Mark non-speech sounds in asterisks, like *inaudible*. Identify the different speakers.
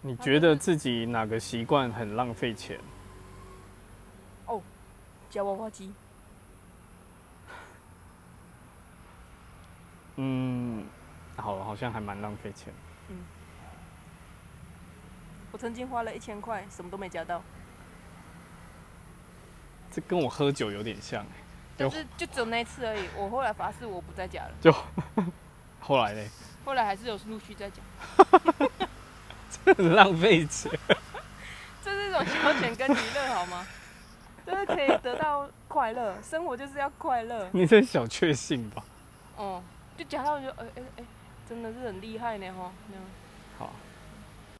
Speaker 1: 你觉得自己哪个习惯很浪费钱？
Speaker 2: 夹娃娃机，
Speaker 1: 嗯，好，好像还蛮浪费钱。
Speaker 2: 我曾经花了一千块，什么都没夹到，
Speaker 1: 这跟我喝酒有点像欸。有
Speaker 2: 就是就只有那一次而已。我后来发誓我不再夹了，
Speaker 1: 后来嘞， *laughs*
Speaker 2: 后来还是有陆续在夹。
Speaker 1: 很浪费钱。
Speaker 2: 这是一种消遣跟娱乐好吗？就是可以得到快乐，生活就是要快乐。
Speaker 1: 你这小确幸吧。
Speaker 2: 哦、就夹到就哎哎哎，真的是很厉害呢吼。那样
Speaker 1: 好，